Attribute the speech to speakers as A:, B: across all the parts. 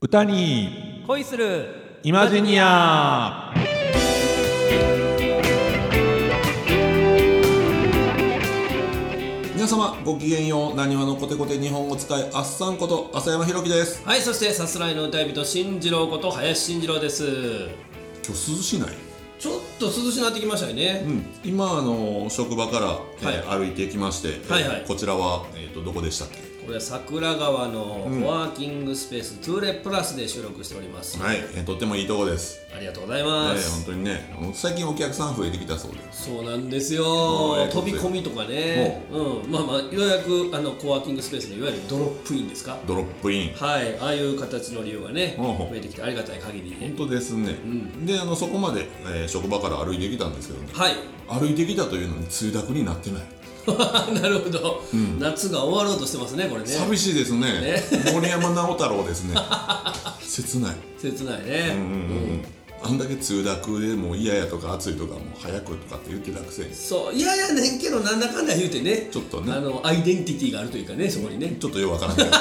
A: 歌に
B: 恋する
A: イマジニア
C: 皆様ごきげんようなにわのコテコテ日本語使いあっさんこと浅山ひろきです
B: はいそしてさすらいの歌い人進次郎こと林進次郎です
C: 今日涼しない
B: ちょっと涼しくなってきましたよね、
C: 今あの職場から、えー歩いてきまして、えー
B: はいはい
C: こちらは、えー、とどこでしたっけ
B: これは桜川のワーキングスペース、トゥーレプラスで収録しております、
C: はい、えーとってもいいとこです、
B: ありがとうござい
C: え
B: ま
C: ー、本
B: す、
C: 当にねあの最近お客さん増えてきたそうです
B: そうなんですよ
C: ありがと
B: 飛
C: うござ
B: び
C: います
B: 込みとかねうんまあまあようやくあのコワーキングスペースのいわゆるドロップインですか
C: ドロップイン
B: はいああいう形の理由がね
C: ほうほう
B: 増えてきてありがたい限りね
C: 本当ですね、であのそこまで、えー職場から歩いてきたんですけどね
B: はい
C: 歩いてきたというのに梅雨だくになってない
B: なるほど、夏が終わろうとしてますねこれね
C: 寂しいですね森山直太朗 ですね切ない
B: 切ないね、
C: あんだけ通学でもう嫌やとか暑いとかもう早くとかって言ってたくせに
B: そういやいやねんけどなんだかんだ言うてね
C: ちょっとね
B: あのアイデンティティがあるというかねそこにね
C: ちょっとようわからんけど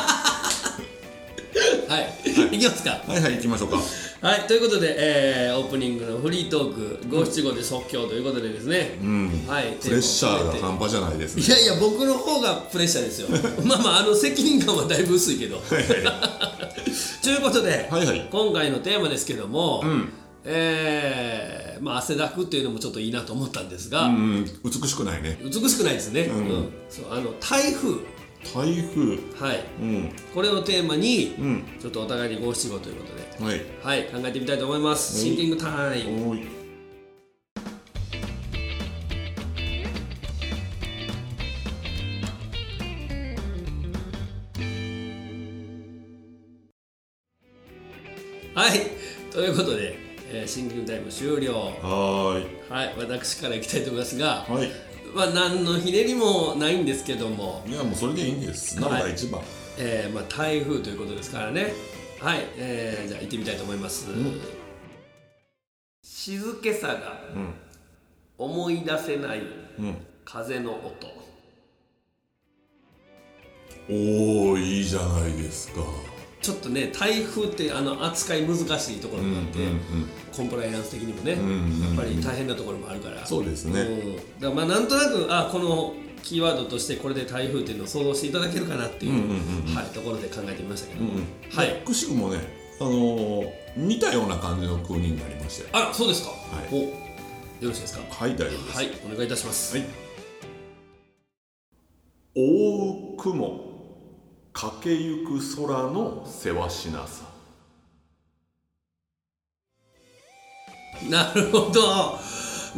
C: は
B: はい、い、きますか
C: いはい行きましょうか
B: はいということで、えーオープニングのフリートーク五七五で即興ということでですね、はい
C: プレッシャーが半端じゃないですね
B: いやいや僕の方がプレッシャーですよ まあまああの責任感はだいぶ薄いけど ということで、
C: はいはい
B: 今回のテーマですけども、えーまあ汗だくっていうのもちょっといいなと思ったんですが、
C: うん美しくないね
B: 美しくないですね、うんそうあの台風
C: 台風
B: はい
C: うん
B: これをテーマに、
C: ん
B: ちょっとお互いに五七五ということで
C: はい
B: はい考えてみたいと思いますシンキングタイム
C: おーい
B: はいということで、えーシンキングタイム終了
C: はーい
B: はい私からいきたいと思いますが、
C: はい
B: まあ何のひねりもないんですけども、
C: いやもうそれでいいんですな
B: はい
C: んか一番
B: えーまあ、台風ということですからねはい、えーじゃあ行ってみたいと思います、静けさが思い出せない
C: うん
B: 風の音、
C: おおいいじゃないですか
B: ちょっとね台風ってあの扱い難しいところがあって、コンプライアンス的にもね、やっぱり大変なところもあるから
C: そうですね
B: んだからまあなんとなくあこのキーワードとしてこれで台風っていうのを想像していただけるかなっていう,、はい、ところで考えてみましたけど、はい
C: くしくもねあのー似たような感じの国になりましたよ
B: あらそうですか、
C: い
B: およろしいですか
C: はい大丈夫です
B: はいお願いいたします、
C: はい。大雲駆けゆく空のせわしなさ。
B: なるほど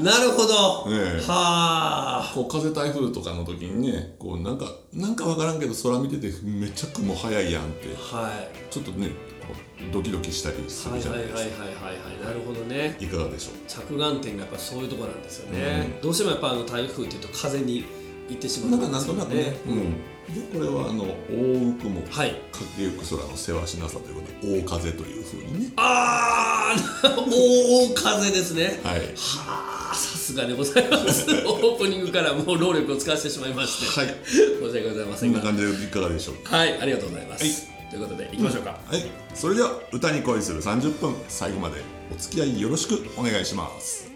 B: なるほど、
C: ええ
B: はあ
C: こう風台風とかの時にね、こうなんかなんかわからんけど空見ててめちゃ雲早いやんって
B: はい
C: ちょっとねこうドキドキしたりす
B: は
C: る
B: い
C: じゃ
B: は
C: ない
B: はいい
C: ですか。
B: はいはいはいなるほどね
C: いかがでしょ
B: 着眼点がやっぱそういうところなんですよね、どうしてもやっぱあの台風っていうと風に行ってし
C: う。な
B: まうんで
C: かなん
B: す
C: と
B: よ
C: なくね。うん。でこれはあの大雲駆
B: はい
C: けゆく空のせわしなさということで大風というふうにね。
B: ああ 大風ですね
C: はい。
B: はあさすがでございます オープニングからもう労力を使わせてしまいまして、
C: はい
B: 申し訳ございま
C: そ
B: せ
C: ん
B: ん
C: な
B: が
C: 感じでいかがでしょうか。
B: はいありがとうございます、ということで行きましょうか、
C: はい、それでは歌に恋する30分最後までお付き合いよろしくお願いします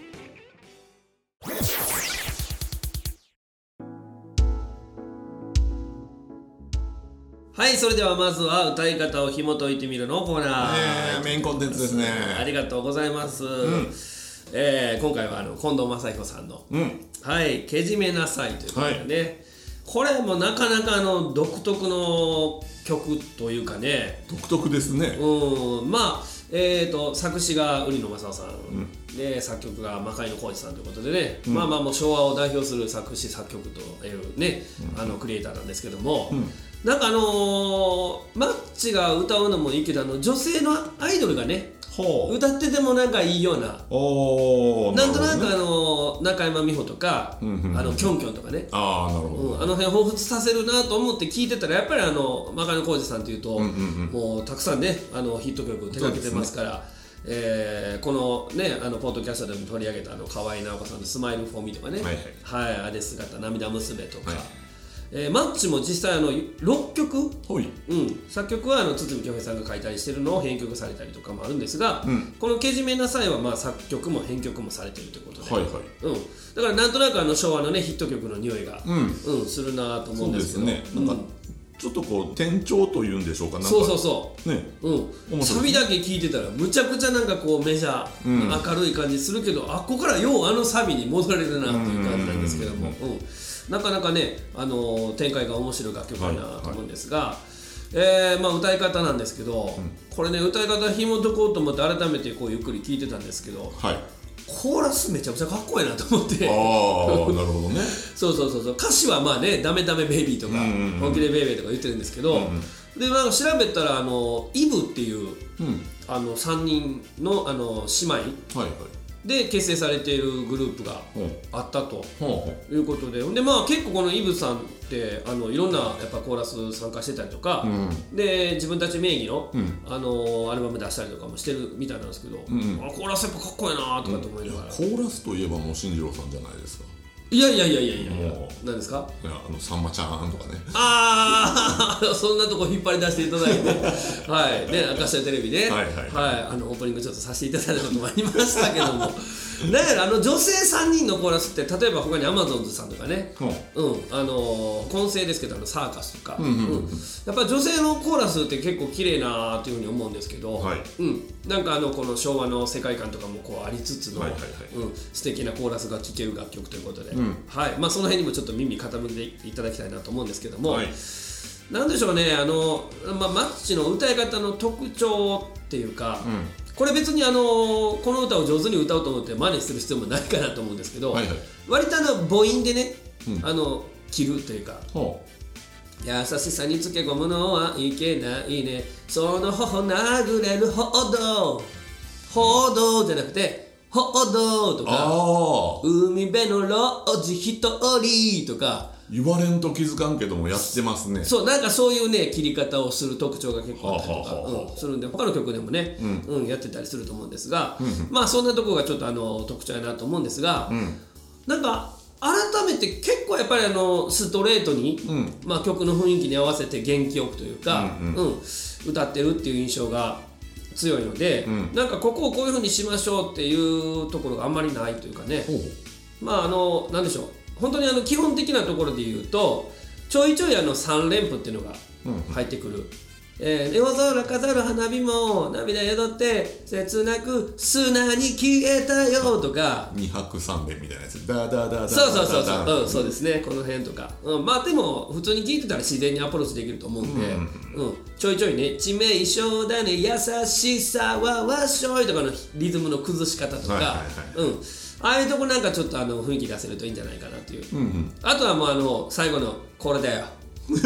B: はいそれではまずは歌い方を紐解いてみるのコーナー、
C: えー、メインコンテンツですね
B: ありがとうございます、えー今回はあの近藤正彦さんの「
C: うん
B: はい、けじめなさい」ということでね、これもなかなかあの独特の曲というかね
C: 独特ですね
B: うんまあえー、と作詞が瓜野正夫さん、で作曲が魔界の浩二さんということでね、まあまあもう昭和を代表する作詞作曲というね、あのクリエイターなんですけども、なんかあのーマッチが歌うのもいいけどあの女性のアイドルがね
C: ほう
B: 歌っててもなんかいいような
C: おー
B: なんとな
C: るほど
B: く
C: ね
B: あの中山美穂とか、あのキョンキョンとかね、
C: ああなるほど、
B: うん、あの辺彷彿させるなと思って聞いてたらやっぱりあの魔界の浩二さんというと、もうたくさんねあのヒット曲手掛けてますから。えーこのねあのポッドキャストでも取り上げたあの河合直子さんの「スマイルフォーミーとかね「
C: はい
B: はいあれ姿涙娘」とか、
C: はい
B: えーマッチも実際あの6曲
C: ほい
B: うん、作曲はあの堤恭平さんが書いたりしてるのを編曲されたりとかもあるんですが、
C: うん
B: この「けじめなさい」はまあ作曲も編曲もされてるということで、
C: はいはい
B: うん、だからなんとなくあの昭和のねヒット曲の匂いが、
C: うん
B: うんするなと思う
C: そ
B: ん
C: う
B: で
C: ですす
B: けど
C: ねなんかちょっとこう転調というんでしょうかなん
B: うんそう
C: か
B: そうそう
C: ね
B: う、うん、
C: 面白い
B: サビだけ聴いてたらむちゃくちゃなんかこうメジャー、
C: う
B: 明るい感じするけどあっこからようあのサビに戻られるなっていう感じなんですけども、うんなかなかね、あのー展開が面白い楽曲だなと思うんですが、えーまあ、歌い方なんですけど、これね歌い方紐解こうと思って改めてこうゆっくり聴いてたんですけど
C: はいあ
B: コーラスめちゃくちゃかっこいいなと思って
C: あ。ーなるほどね
B: そうそうそうそう歌詞はまあね「ダメダメベイビー」とか
C: うんうんう
B: 「
C: ん
B: 本気でベイベー」とか言ってるんですけど、でなんか調べたらあのイブっていう
C: うん
B: あの3人のあの姉妹
C: はいはい
B: で結成されているグループが
C: ほう
B: あったと
C: ほうほ
B: いうことでほんでまあ結構このイブさんってあのいろんなやっぱコーラス参加してたりとか
C: うう、ん
B: で自分たち名義の,、
C: うん
B: あのアルバム出したりとかもしてるみたいなんですけど、
C: んうん
B: あコーラスやっぱかっこいいなとかと思いながら、
C: コーラスといえばもう新次郎さんじゃないですか
B: いやいやいやいやいやいや
C: も
B: 何ですか
C: いやあのさんまちゃんとかね
B: ああ そんなとこ引っ張り出していただいてはいね明石家テレビで、
C: はいはい
B: あのオープニングちょっとさせていただいたこともありましたけども なんやろあの女性3人のコーラスって例えば他にアマゾンズさんとかね
C: うん
B: うんあのー混声ですけどあのサーカスとか、
C: んうんうん
B: うんやっぱ女性のコーラスって結構綺麗なっていうふうに思うんですけど、
C: はい
B: うん、なんかあのこの昭和の世界観とかもこうありつつの、
C: はいはいはい
B: うん、素敵なコーラスが聴ける楽曲ということで、
C: ん
B: はいまあ、その辺にもちょっと耳傾けていただきたいなと思うんですけども、
C: はい
B: なんでしょうねあの、まあ、マッチの歌い方の特徴っていうか、
C: ん
B: これ別にあのこの歌を上手に歌おうと思って真似する必要もないかなと思うんですけど、
C: はいはい
B: 割とあの母音でね、
C: うん
B: あの切るというか
C: ほ
B: 優しさにつけ込むのはいけないねその頬殴れるほどほどじゃなくてほどと
C: う
B: か
C: ああ
B: 海辺の老人一人とか
C: 言われんと気づかんけどもやってますね
B: そうなんかそういうね切り方をする特徴が結構あったりとか、
C: はあはあはあ
B: うんするんで他の曲でもね、うんやってたりすると思うんですが、まあそんなとこがちょっとあの特徴やなと思うんですが、
C: ん
B: なんか改めて結構やっぱりあのストレートに、
C: ん
B: まあ、曲の雰囲気に合わせて元気よくというか、
C: うん
B: うん歌ってるっていう印象が強いので、
C: ん
B: なんかここをこういうふうにしましょうっていうところがあんまりないというかね。
C: ほう
B: まああのなんでしょう本当にあの基本的なところで言うとちょいちょいあの3連符っていうのが入ってくる「えー、夜空飾る花火も涙宿って切なく砂に消えたよ」とか
C: 二泊三連みたいなやつダダダダダ
B: そうそうそう
C: ダ
B: そう、うん、そうですねこの辺とか、うん、まあでも普通に聞いてたら自然にアプローチできると思うんで、うんちょいちょいね「致命傷だね優しさはわっしょい」とかのリズムの崩し方とか、
C: はいはい
B: うん、ああいうとこなんかちょっとあの雰囲気出せるといいんじゃないかなという、
C: うんうん
B: あとはもうあの最後の「これだよ」 これ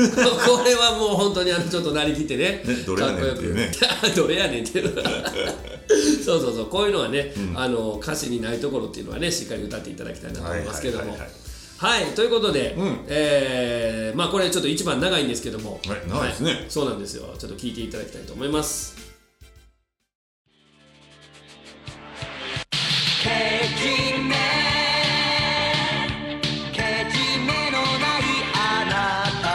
B: はもう本当にあのちょっとなりきってね
C: ねどれやねんっていうね
B: かっこよく どれやねんっていうのはそうそうそうこういうのはね、あの歌詞にないところっていうのはねしっかり歌っていただきたいなと思いますけども
C: はいはい
B: はいということで、
C: うん
B: えーまあこれちょっと一番長いんですけども、
C: はい長いですね
B: そうなんですよちょっと聞いていただきたいと思います
D: 「けじめ」「けじめのないあなた」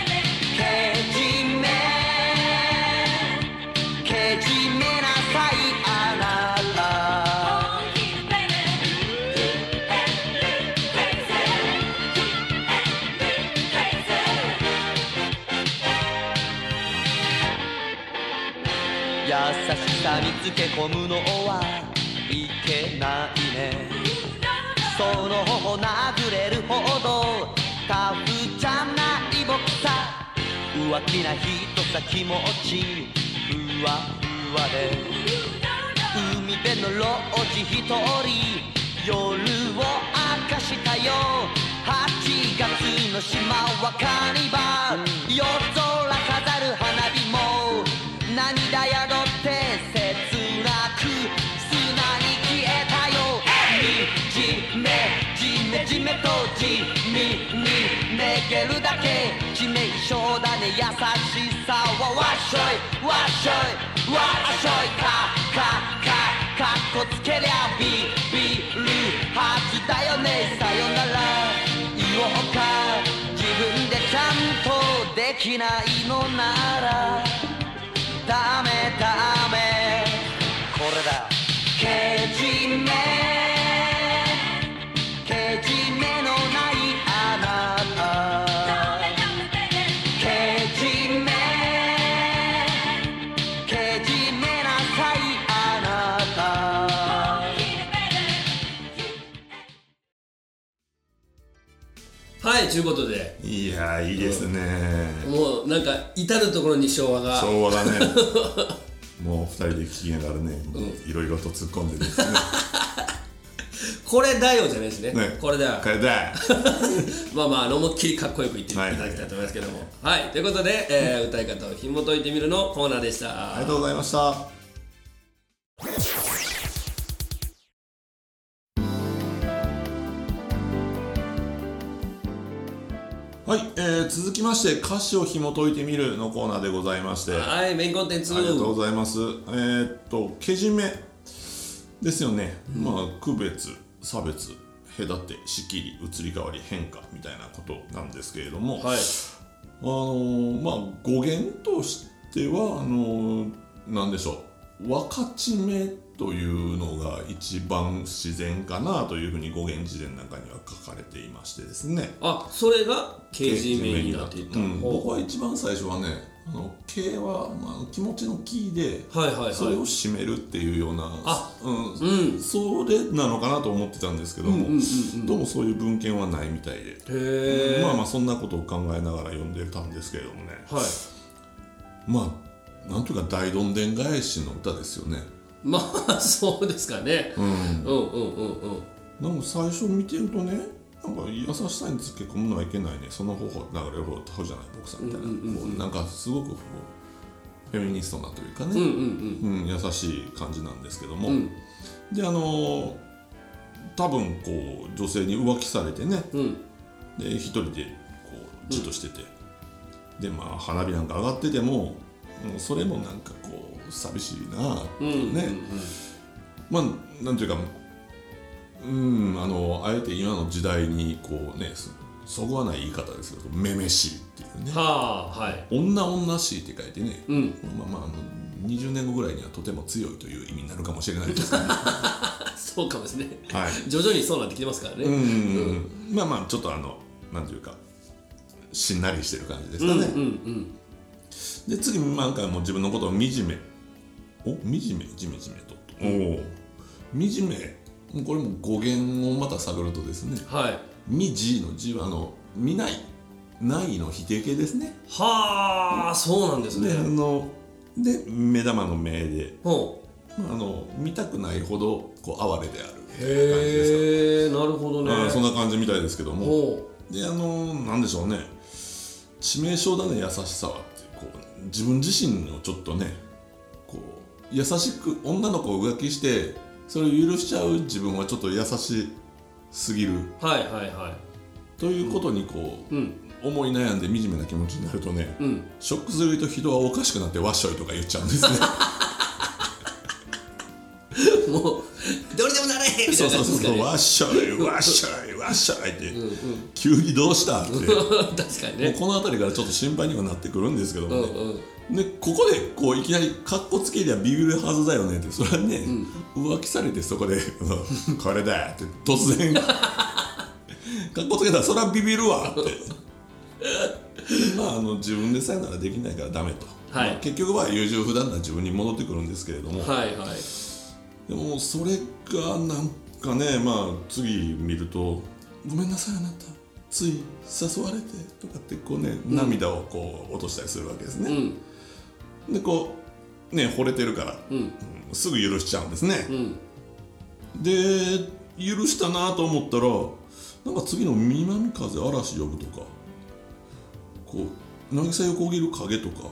D: 「けじめ」「けじめなさいあなた」優しさにつけ込むのはいけないねその頬殴れるほどタフじゃない僕さ浮気な人さ気持ちふわふわで海辺の老人一人夜を明かしたよ8月の島はカニバル夜空飾る花火も涙宿って切なく砂に消えたよじめじめじめとじみにめげるだけ致命傷だね優しさはわっしょいわっしょいわっしょいかかかかっこつけりゃビビるはずだよねさよなら言おうかきないのならダメダメこれだけじめけじめのないあなたけじめけじめなさいあなた
B: はいということで
C: いやーいいですね、
B: もうなんか至る所に昭和が
C: 昭和 だねもう二人で聞きながらねいろいろと突っ込んでですね
B: これだよじゃないです ね
C: ね
B: これだよ
C: これだ
B: まあまああの思いっきりかっこよく言っていただきたいと思いますけどもはい、ということで、えー歌い方を紐解いてみるのコーナーでした
C: ありがとうございましたはい、えー続きまして歌詞を紐解いてみるのコーナーでございまして
B: はいメインコンテンツ
C: ありがとうございます。えーっと、けじめですよね。まあ、区別、差別、隔て、仕切り、移り変わり、変化みたいなことなんですけれども、
B: はい
C: あのーまあ、語源としては、あのーなんでしょう、分かち目というのが一番自然かなというふうに語源辞典なんかには書かれていましてですね。
B: あそれがけじめになっていた、
C: うん
B: ほう
C: 僕は一番最初はね、あの、形は、まあ、気持ちの気で、
B: はいはいはい
C: それを締めるっていうような
B: あ
C: うん
B: うん
C: それなのかなと思ってたんですけども、どうもそういう文献はないみたいで、
B: へえ、
C: まあまあそんなことを考えながら読んでたんですけれどもね、
B: はい
C: まあなんというか大どんでん返しの歌ですよね。
B: まあ そうですかね、
C: うん、
B: うん、うんうんうん
C: なんか最初見てるとねなんか優しさにつけ込むのはいけないねその方法流れる方法じゃない僕さんみたいな、こうなんかすごくこうフェミニストなというか
B: うん
C: ね、
B: うん
C: うん、優しい感じなんですけども、
B: ん
C: であのー多分こう女性に浮気されてね
B: うんうん
C: で一人でこうじっとしてて、でまあ花火なんか上がっててももうそれもなんかこう寂しいなっていうね、まあなんていうかうんあのあえて今の時代にこうねそそぐわない言い方ですけど「めめしい」っていうね
B: はあはい
C: 「女女しい」って書いてね、
B: うん
C: まあまああの20年後ぐらいにはとても強いという意味になるかもしれないですけど、ね、
B: そうかもしれない
C: はい
B: 徐々にそうなってきてますからね、
C: うんうんうんまあまあちょっとあのなんていうかしんなりしてる感じですかね、
B: うんうん
C: で次なんかもう自分のことを惨めお惨めじめじめとおお惨めこれも語源をまた探るとですね
B: はい
C: みじの字はあの見ないないの否定形ですね
B: はあそうなんですね
C: であので目玉の目で、
B: ほう
C: まあ、あの見たくないほどこう哀れであるみたいな感じですか
B: へえなるほどね
C: うんそんな感じみたいですけども
B: ほ
C: であのなんでしょうね致命傷だね優しさはってこう自分自身をちょっとねこう優しく女の子を浮気してそれを許しちゃう自分はちょっと優しすぎる
B: うはいはいは
C: ということにこう、
B: いうん
C: 思い悩んで惨めな気持ちになるとね、
B: うん
C: ショックすると人はおかしくなってわっしょいとか言っちゃうんですね
B: もうどれでもなれみた
C: そ
B: いうな
C: そうそうそうわっしょいわっしょいわっしょいって、急にどうしたってもう
B: 確かにね
C: この辺りからちょっと心配にはなってくるんですけども
B: う
C: ね、
B: んうん
C: でここでこういきなりカッコつけりゃビビるはずだよねってそれはね、浮気されてそこで 「あのこれだ」って突 然カッコつけたらそれはビビるわって まああの自分でさえならできないからダメと、
B: はい
C: まあ結局は優柔不断な自分に戻ってくるんですけれども、
B: はいはい
C: でもそれがなんかねまあ次見ると「ごめんなさいあなたつい誘われて」とかってこうね涙をこう落としたりするわけですね、
B: うん
C: でこうね惚れてるから、
B: うん
C: うんすぐ許しちゃうんですね
B: う、ん
C: で許したなと思ったらなんか次の南風嵐呼ぶとかこう渚横切る影とか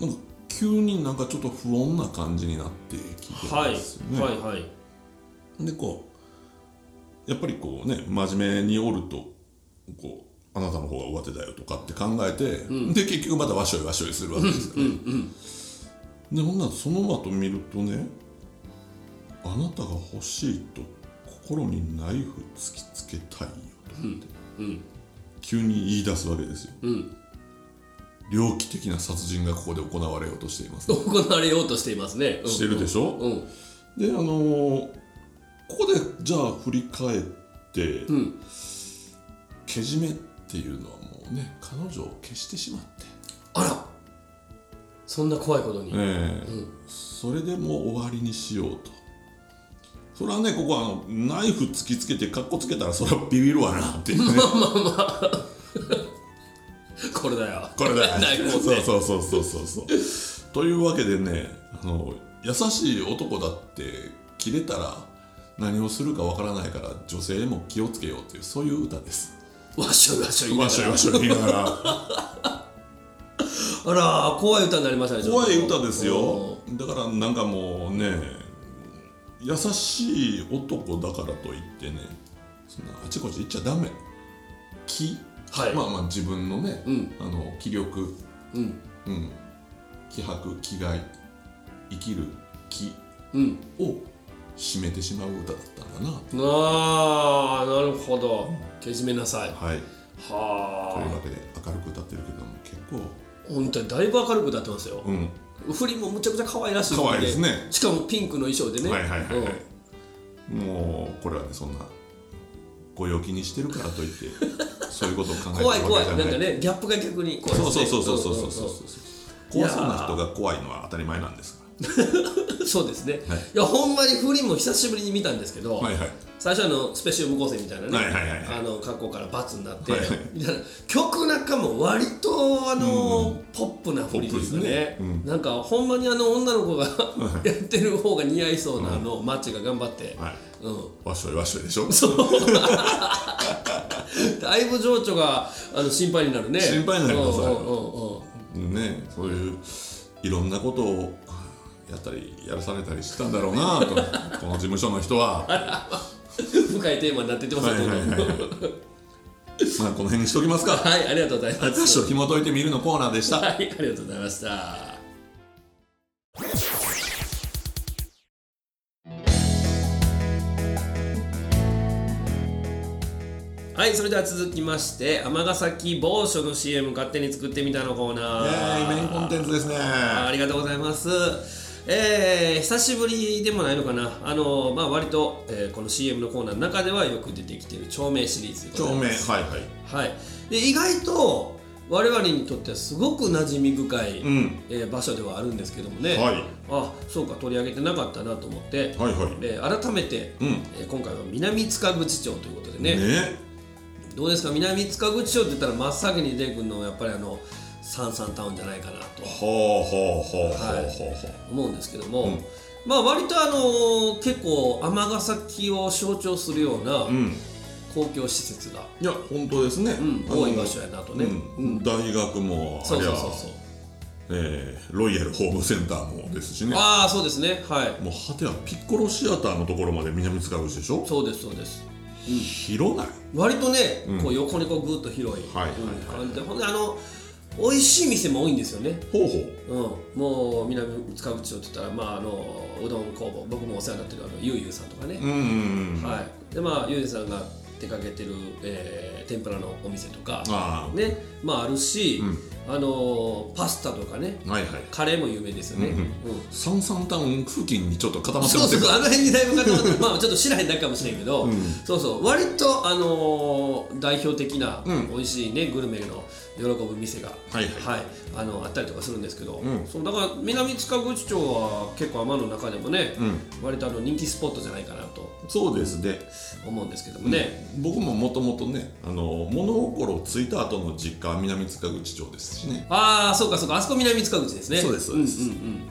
C: なんか急になんかちょっと不穏な感じになってきて
B: はい
C: ですよね、
B: はいはい
C: でこうやっぱりこうね真面目におるとこうあなたの方が上手だよとかって考えて、で結局またわしょいわしょいするわけですよね。でほんならその後見るとねあなたが欲しいと心にナイフ突きつけたいよとかって、
B: うん
C: 急に言い出すわけですよ。
B: うん
C: 猟奇的な殺人がここで行われようとしています、
B: 行われようとしていますね。うん
C: してるでしょ、
B: うん。
C: であのーここでじゃあ振り返って、
B: ん
C: けじめっていうのはもうね彼女を消してしまって、
B: あらそんな怖いことに。
C: ええそれでもう終わりにしようとそれはねここはあのナイフ突きつけてかっこつけたらそれはビビるわなっていう ね
B: これだよ。
C: これだ よ、
B: ナイフ持って
C: そうそうそうそうそうそうというわけでねあの優しい男だって切れたら何をするかわからないから女性も気をつけようっていうそういう歌です
B: わっしょいわっしょい言いな
C: わ
B: が
C: っし
B: ら。
C: ょいわっしょい言いながら
B: あら怖い歌になりましたね。ちょっ
C: 怖
B: と
C: い歌ですよ。だからなんかもうね優しい男だからといってねそんなあちこち行っちゃダメ気、
B: はい
C: まあまあ自分のね、
B: うん
C: あの気力
B: うん
C: うん、気迫気概生きる気
B: うん。
C: を締めてしまう歌だったんだな
B: ああなるほど。けじめなさい。
C: はいという
B: は
C: わけで明るく歌ってるけども結構
B: あ。本当にだいぶ明るくなってますよ。
C: うん
B: 振りもむちゃくちゃ可愛らしい。
C: 可愛いですね
B: しかもピンクの衣装でね。
C: はいはいはい、は
B: うん
C: い、もうこれはねそんなご陽気にしてるからと いってそういうことを考えてるわ
B: 怖い
C: け
B: 怖い
C: じゃ
B: なん
C: な
B: か
C: い
B: ねギャップが逆に怖い
C: そ
B: です
C: うそ
B: ね
C: うそうそうそうそうそう怖そうな人が怖いのは当たり前なんですか
B: うんそうですね、
C: はい
B: い、やほんまにフリも久しぶりに見たんですけど、
C: らはいはい
B: 最初あのスペシウム合成みたいなね、
C: はいはいはいはい
B: あの格好からバツになって、
C: はいはい
B: みたいな曲なんかも割とあの、ポップな振りですよ
C: ポップで
B: ね
C: すねうん
B: なんかほんまにあの女の子がやってる方が似合いそうな、あのマッチが頑張って、
C: はい
B: うん、
C: わっしょいわっしょいでしょ
B: だいぶ情緒があの心配になるね
C: 心配になります
B: うんうんうんうん
C: ねそういういろんなことをやったりやらされたりしたんだろうな とこの事務所の人はは
B: 深いテーマになっていって
C: い
B: ます
C: はい
B: よ、どんどん
C: はいはいまあこの辺にしときま すか
B: はい、ありがとうございま
C: 雑誌
B: す。
C: を紐解いてみるのコーナーでした
B: はい、ありがとうございました。はい、それでは続きまして、尼崎某所の CM 勝手に作ってみたのコーナ
C: イエ
B: ー。
C: ーイメインコンテンツですね
B: あ
C: は
B: りがとうございます。えー久しぶりでもないのかな、あのまあ、割と、えーこの CM のコーナーの中ではよく出てきている町名シリーズでござい
C: 照
B: ます
C: 明はいはい
B: はい、で意外と我々にとってはすごく馴染み深い、
C: うん
B: えー場所ではあるんですけどもね、
C: はい
B: あそうか取り上げてなかったなと思って、
C: はいはい
B: で改めて、
C: うん
B: えー今回は南塚口町ということでね
C: ね
B: どうですか南塚口町って言ったら真っ先に出てくるのはやっぱりあのサンサンタウンじゃないかなと
C: はあはあはあはあはあ
B: 思うんですけども、
C: うん
B: まあ割とあのー結構尼崎を象徴するような
C: うん
B: 公共施設が、
C: いや本当ですね、
B: うん
C: あの
B: 多い場所やなとね、
C: う
B: うんん
C: 大学もあ
B: そう
C: りゃ
B: そうそうそう
C: えーロイヤルホームセンターもですしね
B: ああそうですねはい
C: もう果てはピッコロシアターのところまで南塚口でしょ
B: そうですそうです
C: 広ない
B: 割とね、
C: うん
B: こう横にこうぐっと広いうん
C: はいはいは
B: 感
C: い
B: じでほんであの美味しい店も多いんですよね
C: ほうほう
B: うん、もう南塚口町って言ったら、まあ、あのうどん工房僕もお世話になってるあのゆうゆうさんとかね、
C: うんうんうん
B: はい、でまあゆうゆうさんが手掛けてる、えー天ぷらのお店とか、
C: あ
B: ねまあ、あるし、
C: うん
B: あのパスタとかね
C: あはいはい
B: カレーも有名ですよね、
C: うん
B: うん
C: サンサンタウン付近にちょっと固まって
B: そ
C: ま
B: うそ
C: す
B: う
C: よ
B: そうあの辺にだいぶ固まってるまあちょっと知らへんだけかもしれんけど、
C: うん
B: そうそう割と、あのー代表的な
C: うん
B: 美味しいね、グルメの喜ぶ店が、
C: はいはい
B: あのあったりとかするんですけど、
C: うん
B: そうだから南塚口町は結構天の中でもね、
C: うん
B: 割とあの人気スポットじゃないかなと
C: そうですね
B: 思うんですけどもね、
C: 僕ももともとねあの物心ついた後の実家は南塚口町ですしね
B: ああそうかそうかあそこ南塚口ですね
C: そうですそうです
B: んうん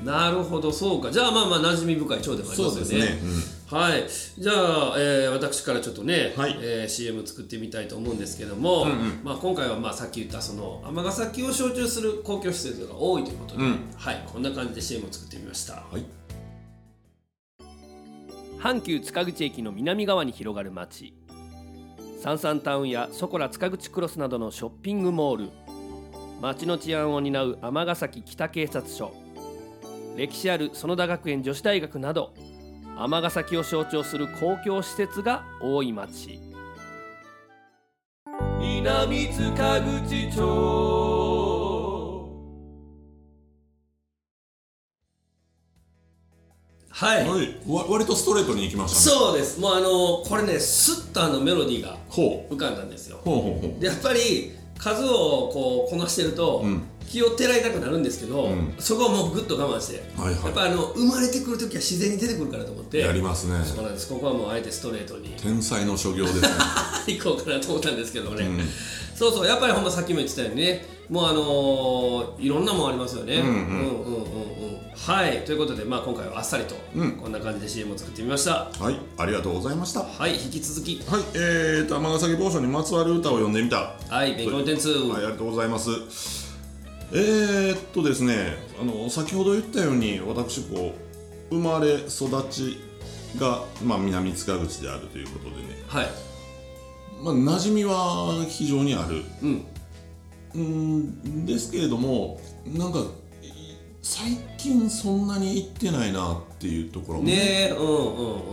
B: うんなるほどそうかじゃあまあまあ馴染み深い町でもありますよはい、じゃあ、えー私からちょっとね、
C: はい
B: えー CM 作ってみたいと思うんですけども、
C: うんうん
B: まあ、今回はまあさっき言ったその尼崎を象徴する公共施設が多いということで、
C: うん
B: はい、こんな感じで CM を作ってみました
C: はい
B: 阪急塚口駅の南側に広がる町サンサンタウンやショコラ塚口クロスなどのショッピングモール町の治安を担う尼崎北警察署歴史ある園田学園女子大学など尼崎を象徴する公共施設が多い町南塚口町はい、
C: はい、わ割とストレートに行きましたね
B: そうですもうあのこれねスッとあのメロディーが
C: ほう
B: 浮かんだんですよ
C: ほうほうほ
B: でやっぱり数をこうこなしてると、
C: ん
B: 気をてらいたくなるんですけど、
C: ん
B: そこはもうぐっと我慢して、
C: はいはい
B: やっぱあの生まれてくる時は自然に出てくるからと思っ
C: う
B: て
C: やりますね
B: そうなんですここはもうあえてストレートに
C: 天才の所業ですね
B: 行こうかなと思ったんですけどね、
C: ん
B: そうそうやっぱりほんまさっきも言ってたようにねもうあのーいろんなもんありますよねうん
C: ん
B: うんうんうんはいということで、まあ、今回はあっさりと、
C: うん
B: こんな感じで CM を作ってみました
C: はいありがとうございましたは
B: はい引き続き
C: いえーと尼崎某所にまつわる歌を読んでみた
B: はい勉強コンテンツ
C: はい、ありがとうございます。えー、っとですね、あの先ほど言ったように、私こう生まれ育ちがまあ南塚口であるということでね、
B: はい、
C: まあ馴染みは非常にある。
B: うん
C: うんですけれども、なんかい最近そんなに行ってないなっていうところも
B: ねえうんうん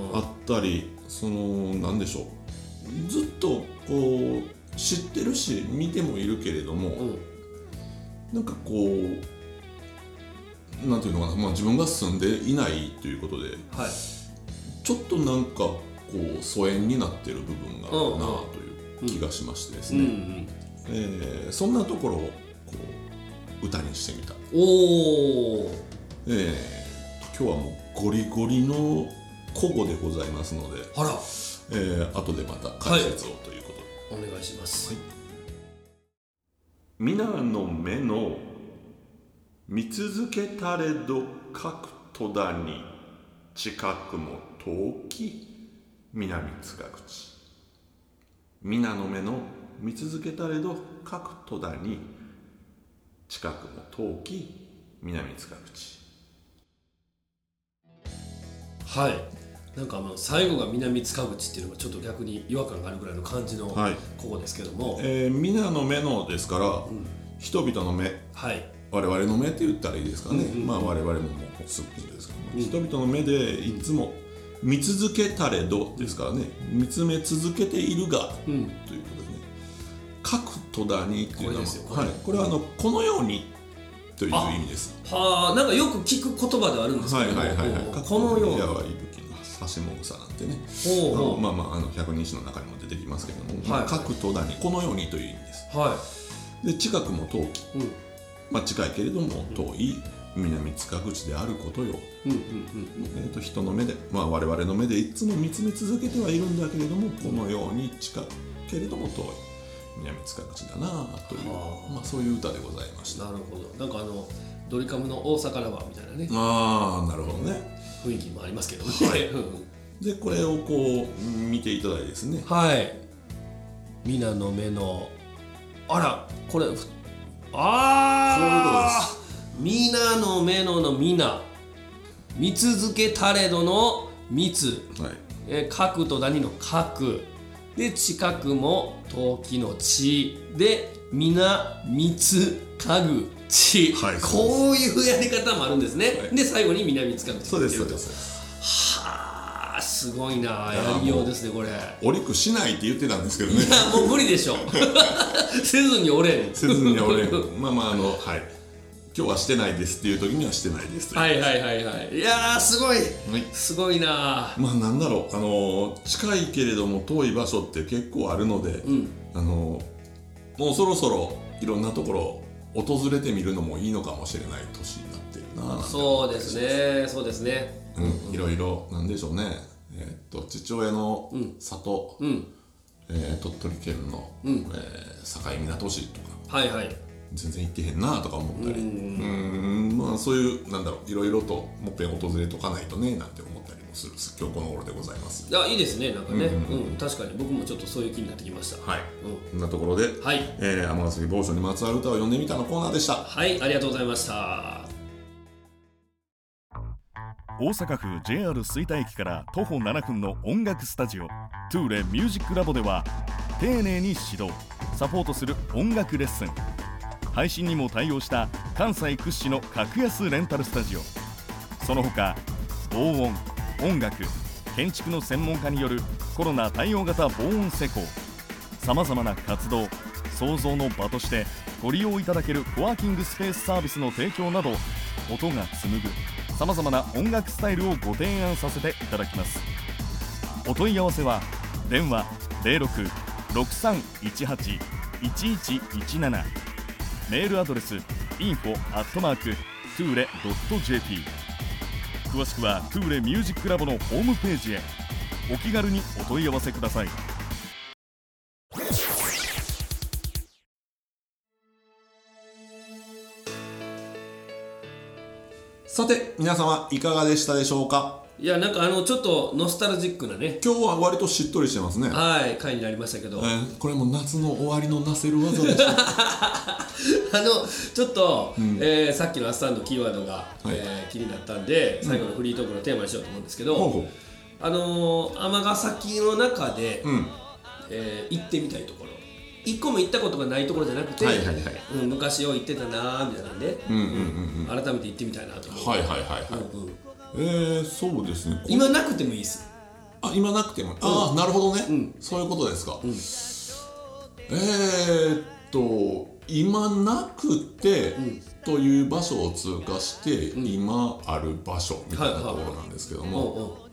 B: うん
C: あったりそのなんでしょうずっとこう知ってるし見てもいるけれども、
B: うん
C: なんかこうなんていうのかな、まあ、自分が住んでいないということで
B: はい
C: ちょっとなんかこう疎遠になってる部分があるなあという気がしましてです
B: うんう
C: ね、
B: ん
C: えーそんなところをこう歌にしてみた、
B: おお
C: えー今日はもうゴリゴリの古語でございますので、
B: あら
C: えー後でまた解説をということで。
B: お願いします、
C: 皆の目の見続けたれど各戸田に近くも遠き南塚口皆の目の見続けたれど各戸田に近くも遠き南塚口
B: はい、なんかあの最後が南塚口っていうのがちょっと逆に違和感があるぐらいの感じの
C: はい
B: ここですけども、
C: えー、皆の目のですから、人々の目
B: はい
C: 我々の目って言ったらいいですかね、まあ我々ももうすぐですけど、人々の目でいつも見続けたれどですからね見つめ続けているが、
B: ん
C: ということですね各戸田にってい
B: こ
C: うの
B: れ
C: は
B: ですよこ
C: は
B: れ
C: い、これはあのこのようにという意味です
B: はあなんかよく聞く言葉ではあるんです
C: は
B: けど
C: い
B: も、
C: はいはいはい
B: おうこのよう
C: い
B: に
C: やは息吹の差しもぐさなんてね
B: ほうほう
C: あのまあまああの百人一首の中にも出てきますけども、
B: はい
C: 各戸田にこのようにという意味です
B: は
C: で近くも遠き
B: い、うん
C: まあ、近いけれども遠い南塚口であることよ、
B: うんうん
C: えー、と人の目で、まあ、我々の目でいつも見つめ続けてはいるんだけれどもこのように近くけれども遠い南塚口だなあという
B: はあ
C: まあ、そういう歌でございまし
B: うん
C: た
B: なるほどなんかあのドリカムの大阪ラバーみたいなね
C: ああなるほどね
B: 雰囲気もありますけどね
C: はい
B: うん
C: でこれをこう見ていただいてですね
B: はい皆の目のあらこれふああ皆の目のの皆見続けたれどの密
C: はい
B: えー角と谷の角で近くも遠きの地で皆密家具地、
C: はい
B: こういうやり方もあるんですね、
C: はい
B: で最後に南塚口
C: そうですそうですすそうです
B: はあすごいな
C: や
B: やりようですねこれいや
C: おりくしないって言ってたんですけどね
B: もう無理でしょ せずに折れん
C: せずに俺まあまああのはい今日はしてないですっていう時にはしてないですという
B: はいはいはいはいいやーすごい
C: はい
B: すごいな
C: まあなんだろう、あのー近いけれども遠い場所って結構あるので、
B: ん
C: あのーもうそろそろいろんなところ訪れてみるのもいいのかもしれない年になってるな
B: そうですねそうですね
C: うん、いろいろなんでしょうねえーっと父親の里、
B: うん
C: えー鳥取県の、
B: ん
C: えー境港市とか
B: はいはい
C: 全然行ってへんなとか思ったりうんまあそういうなんだろういろいろともっぺん訪れとかないとねなんて思ったりもする今日この頃でございます
B: あいいですねなんかね、う
C: うんんうん
B: 確かに僕もちょっとそういう気になってきました
C: はい
B: うん
C: こんなところで
B: はい、
C: えー、天崎某所にまつわる歌を読んでみたのコーナーでした。
B: はい、ありがとうございました。
E: 大阪府 JR 吹田駅から徒歩7分の音楽スタジオトゥーレミュージックラボでは丁寧に指導サポートする音楽レッスン配信にも対応した関西屈指の格安レンタルスタジオその他防音音楽建築の専門家によるコロナ対応型防音施工さまざまな活動創造の場としてご利用いただけるコワーキングスペースサービスの提供など音が紡ぐさまざまな音楽スタイルをご提案させていただきますお問い合わせは電話0663181117メールアドレス info t u r e j p 詳しくはトゥーレミュージックラボのホームページへお気軽にお問い合わせください
C: さて皆様いかがでしたでしょうか
B: いやなんかあのちょっとノスタルジックなね
C: 今日は割としっとりしてますね、
B: はい回になりましたけど、
C: えーこれも夏の終わりのなせる技でしょ
B: あのちょっと、えーさっきのアッサンのキーワードが、えー気になったんで最後のフリートークのテーマにしようと思うんですけど、
C: ほうほ
B: あのー尼崎の中で、
C: ううん
B: えー行ってみたいところ一個も行ったことがないところじゃなくて、
C: はいはいはい
B: うん、昔よう行ってたなーみたいなんで、
C: うんうんうん
B: 改めて行ってみたいなと思う
C: はいはいはいはい、
B: うんうん
C: えー、そうですね
B: 今なくてもいいです
C: あ今なくてもああ、なるほどね、
B: ん
C: そういうことですか、えー、っと今なくて、という場所を通過して、今ある場所みたいなところなんですけど
B: うん
C: も、
B: うん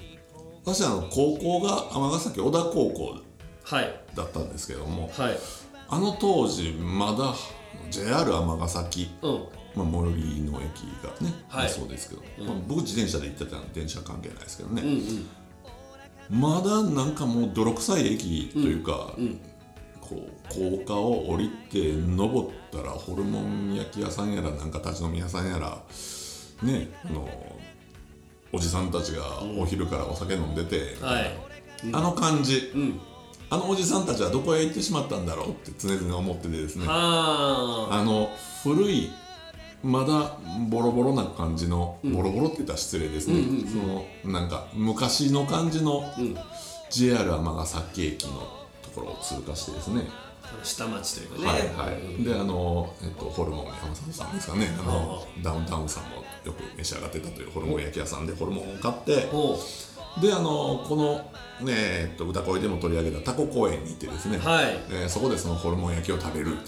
C: 私あの高校が尼崎小田高校
B: はい
C: だったんですけども
B: はい
C: あの当時まだ JR 尼崎、
B: うん
C: まあ、最寄りの駅がね、
B: はい
C: そうですけど、まあ、僕自転車で行ってたんで電車は関係ないですけどね、
B: うんうん
C: まだなんかもう泥臭い駅というか、
B: ん
C: こう高架を降りて登ったらホルモン焼き屋さんやらなんか立ち飲み屋さんやらねあのおじさんたちがお昼からお酒飲んでて、
B: はい
C: あの感じ、
B: うん
C: あのおじさんたちはどこへ行ってしまったんだろうって常々思っててですね
B: あ
C: あの古いまだボロボロな感じの、ボロボロって言ったら失礼です
B: う
C: ね、
B: んうんうん
C: そのなんか昔の感じの、
B: ーうん
C: JR 尼崎駅のところを通過してですね
B: あの下町というかね
C: はいはいであの、えっと、ホルモン山里さんですかねあのダウンタウンさんもよく召し上がってたというホルモン焼き屋さんでホルモンを買って
B: ほ
C: であのこの、ねえっと、歌声でも取り上げたタコ公園に行ってですね、
B: うはい
C: えーそこでそのホルモン焼きを食べ
B: う
C: る
B: んうん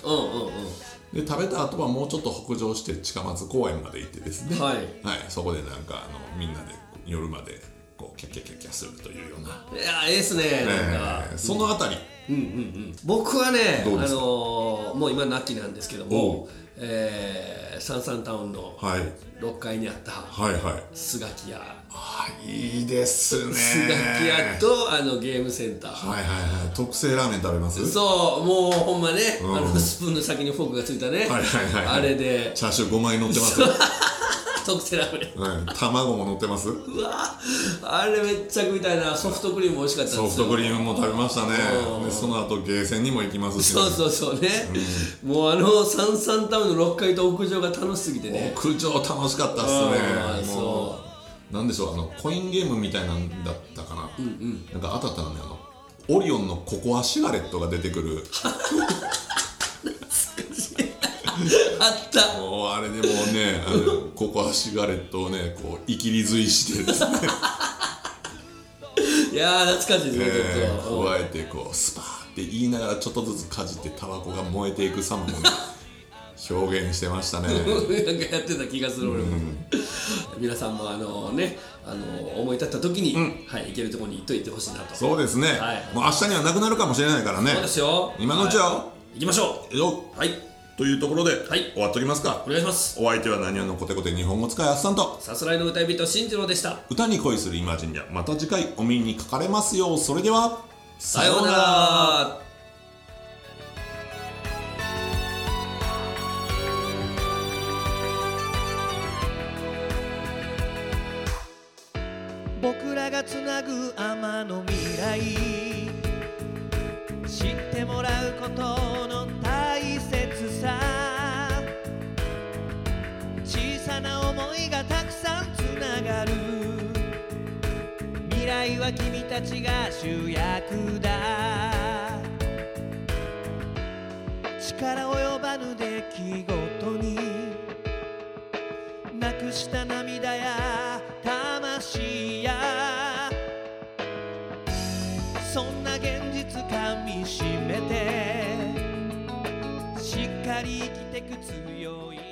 C: で食べた後はもうちょっと北上して近松公園まで行ってですね、
B: うんはい
C: はい、そこでなんかあのみんなで夜までこうキャッキャッキャッキャするというような、
B: いやーええっすねなんか、
C: えーそのあたり、
B: うんうんうん、僕はね、あ
C: どう
B: の
C: ですか
B: ーもう今亡きなんですけど
C: おう
B: も、えー、サンサンタウンの
C: はい
B: 6階にあった
C: はいはい
B: スガキ屋
C: あいいですね
B: スガキ屋とあのゲームセンター
C: はいはいはい特製ラーメン食べます
B: そうもうほんまね、
C: うん
B: あのスプーンの先にフォークがついたね、
C: はいはいはい
B: あれで
C: チャーシュー5枚乗っ てます、はい、
B: 特製ラーメン
C: 卵も乗ってます
B: うわあれめっちゃ食いたいなソフトクリーム美味しかったんです
C: ソ
B: よ
C: フトクリームも食べましたね
B: うん
C: でその後ゲーセンにも行きますし、ね、
B: そうそうそうね、もうあのサンサンタウンの6階と屋上が楽しすぎてね
C: 屋上楽しかったっ
B: うん
C: すねも
B: そう
C: なんでしょうあのコインゲームみたいなんだったかな、なんか当たったのねあのオリオンのココアシガレットが出てくる
B: あった
C: もうあれでもうねあのココアシガレットをねこういきりずいしてですね
B: いやー懐かしいですね、
C: え
B: ちょっとうん
C: ー加えてこうスパーって言いながらちょっとずつかじってタバコが燃えていく様もね 表現してましたね
B: なんかやってた気がする俺も、皆さんもあのねあの思い立った時に、はい、行けるところに行っといてほしいなと
C: そうですね、
B: はい
C: もう明日にはなくなるかもしれないからね
B: そうですよ
C: 今のうちは
B: は、い行きましょ
C: よ
B: うはい
C: というところで、
B: い
C: 終わっときますか
B: お願いします
C: お相手は何話のコテコテ日本語使いあっさんと
B: さすらいの歌い人新次郎でした
C: 歌に恋するイマジンやまた次回お耳にかかれますようそれでは
B: さようなら
D: 僕らがつなぐ天の未来知ってもらうことの大切さ小さな想いがたくさんつながる未来は君たちが主役だ力及ばぬ出来事になくした涙や魂やそんな現実かみしめてしっかり生きてく強い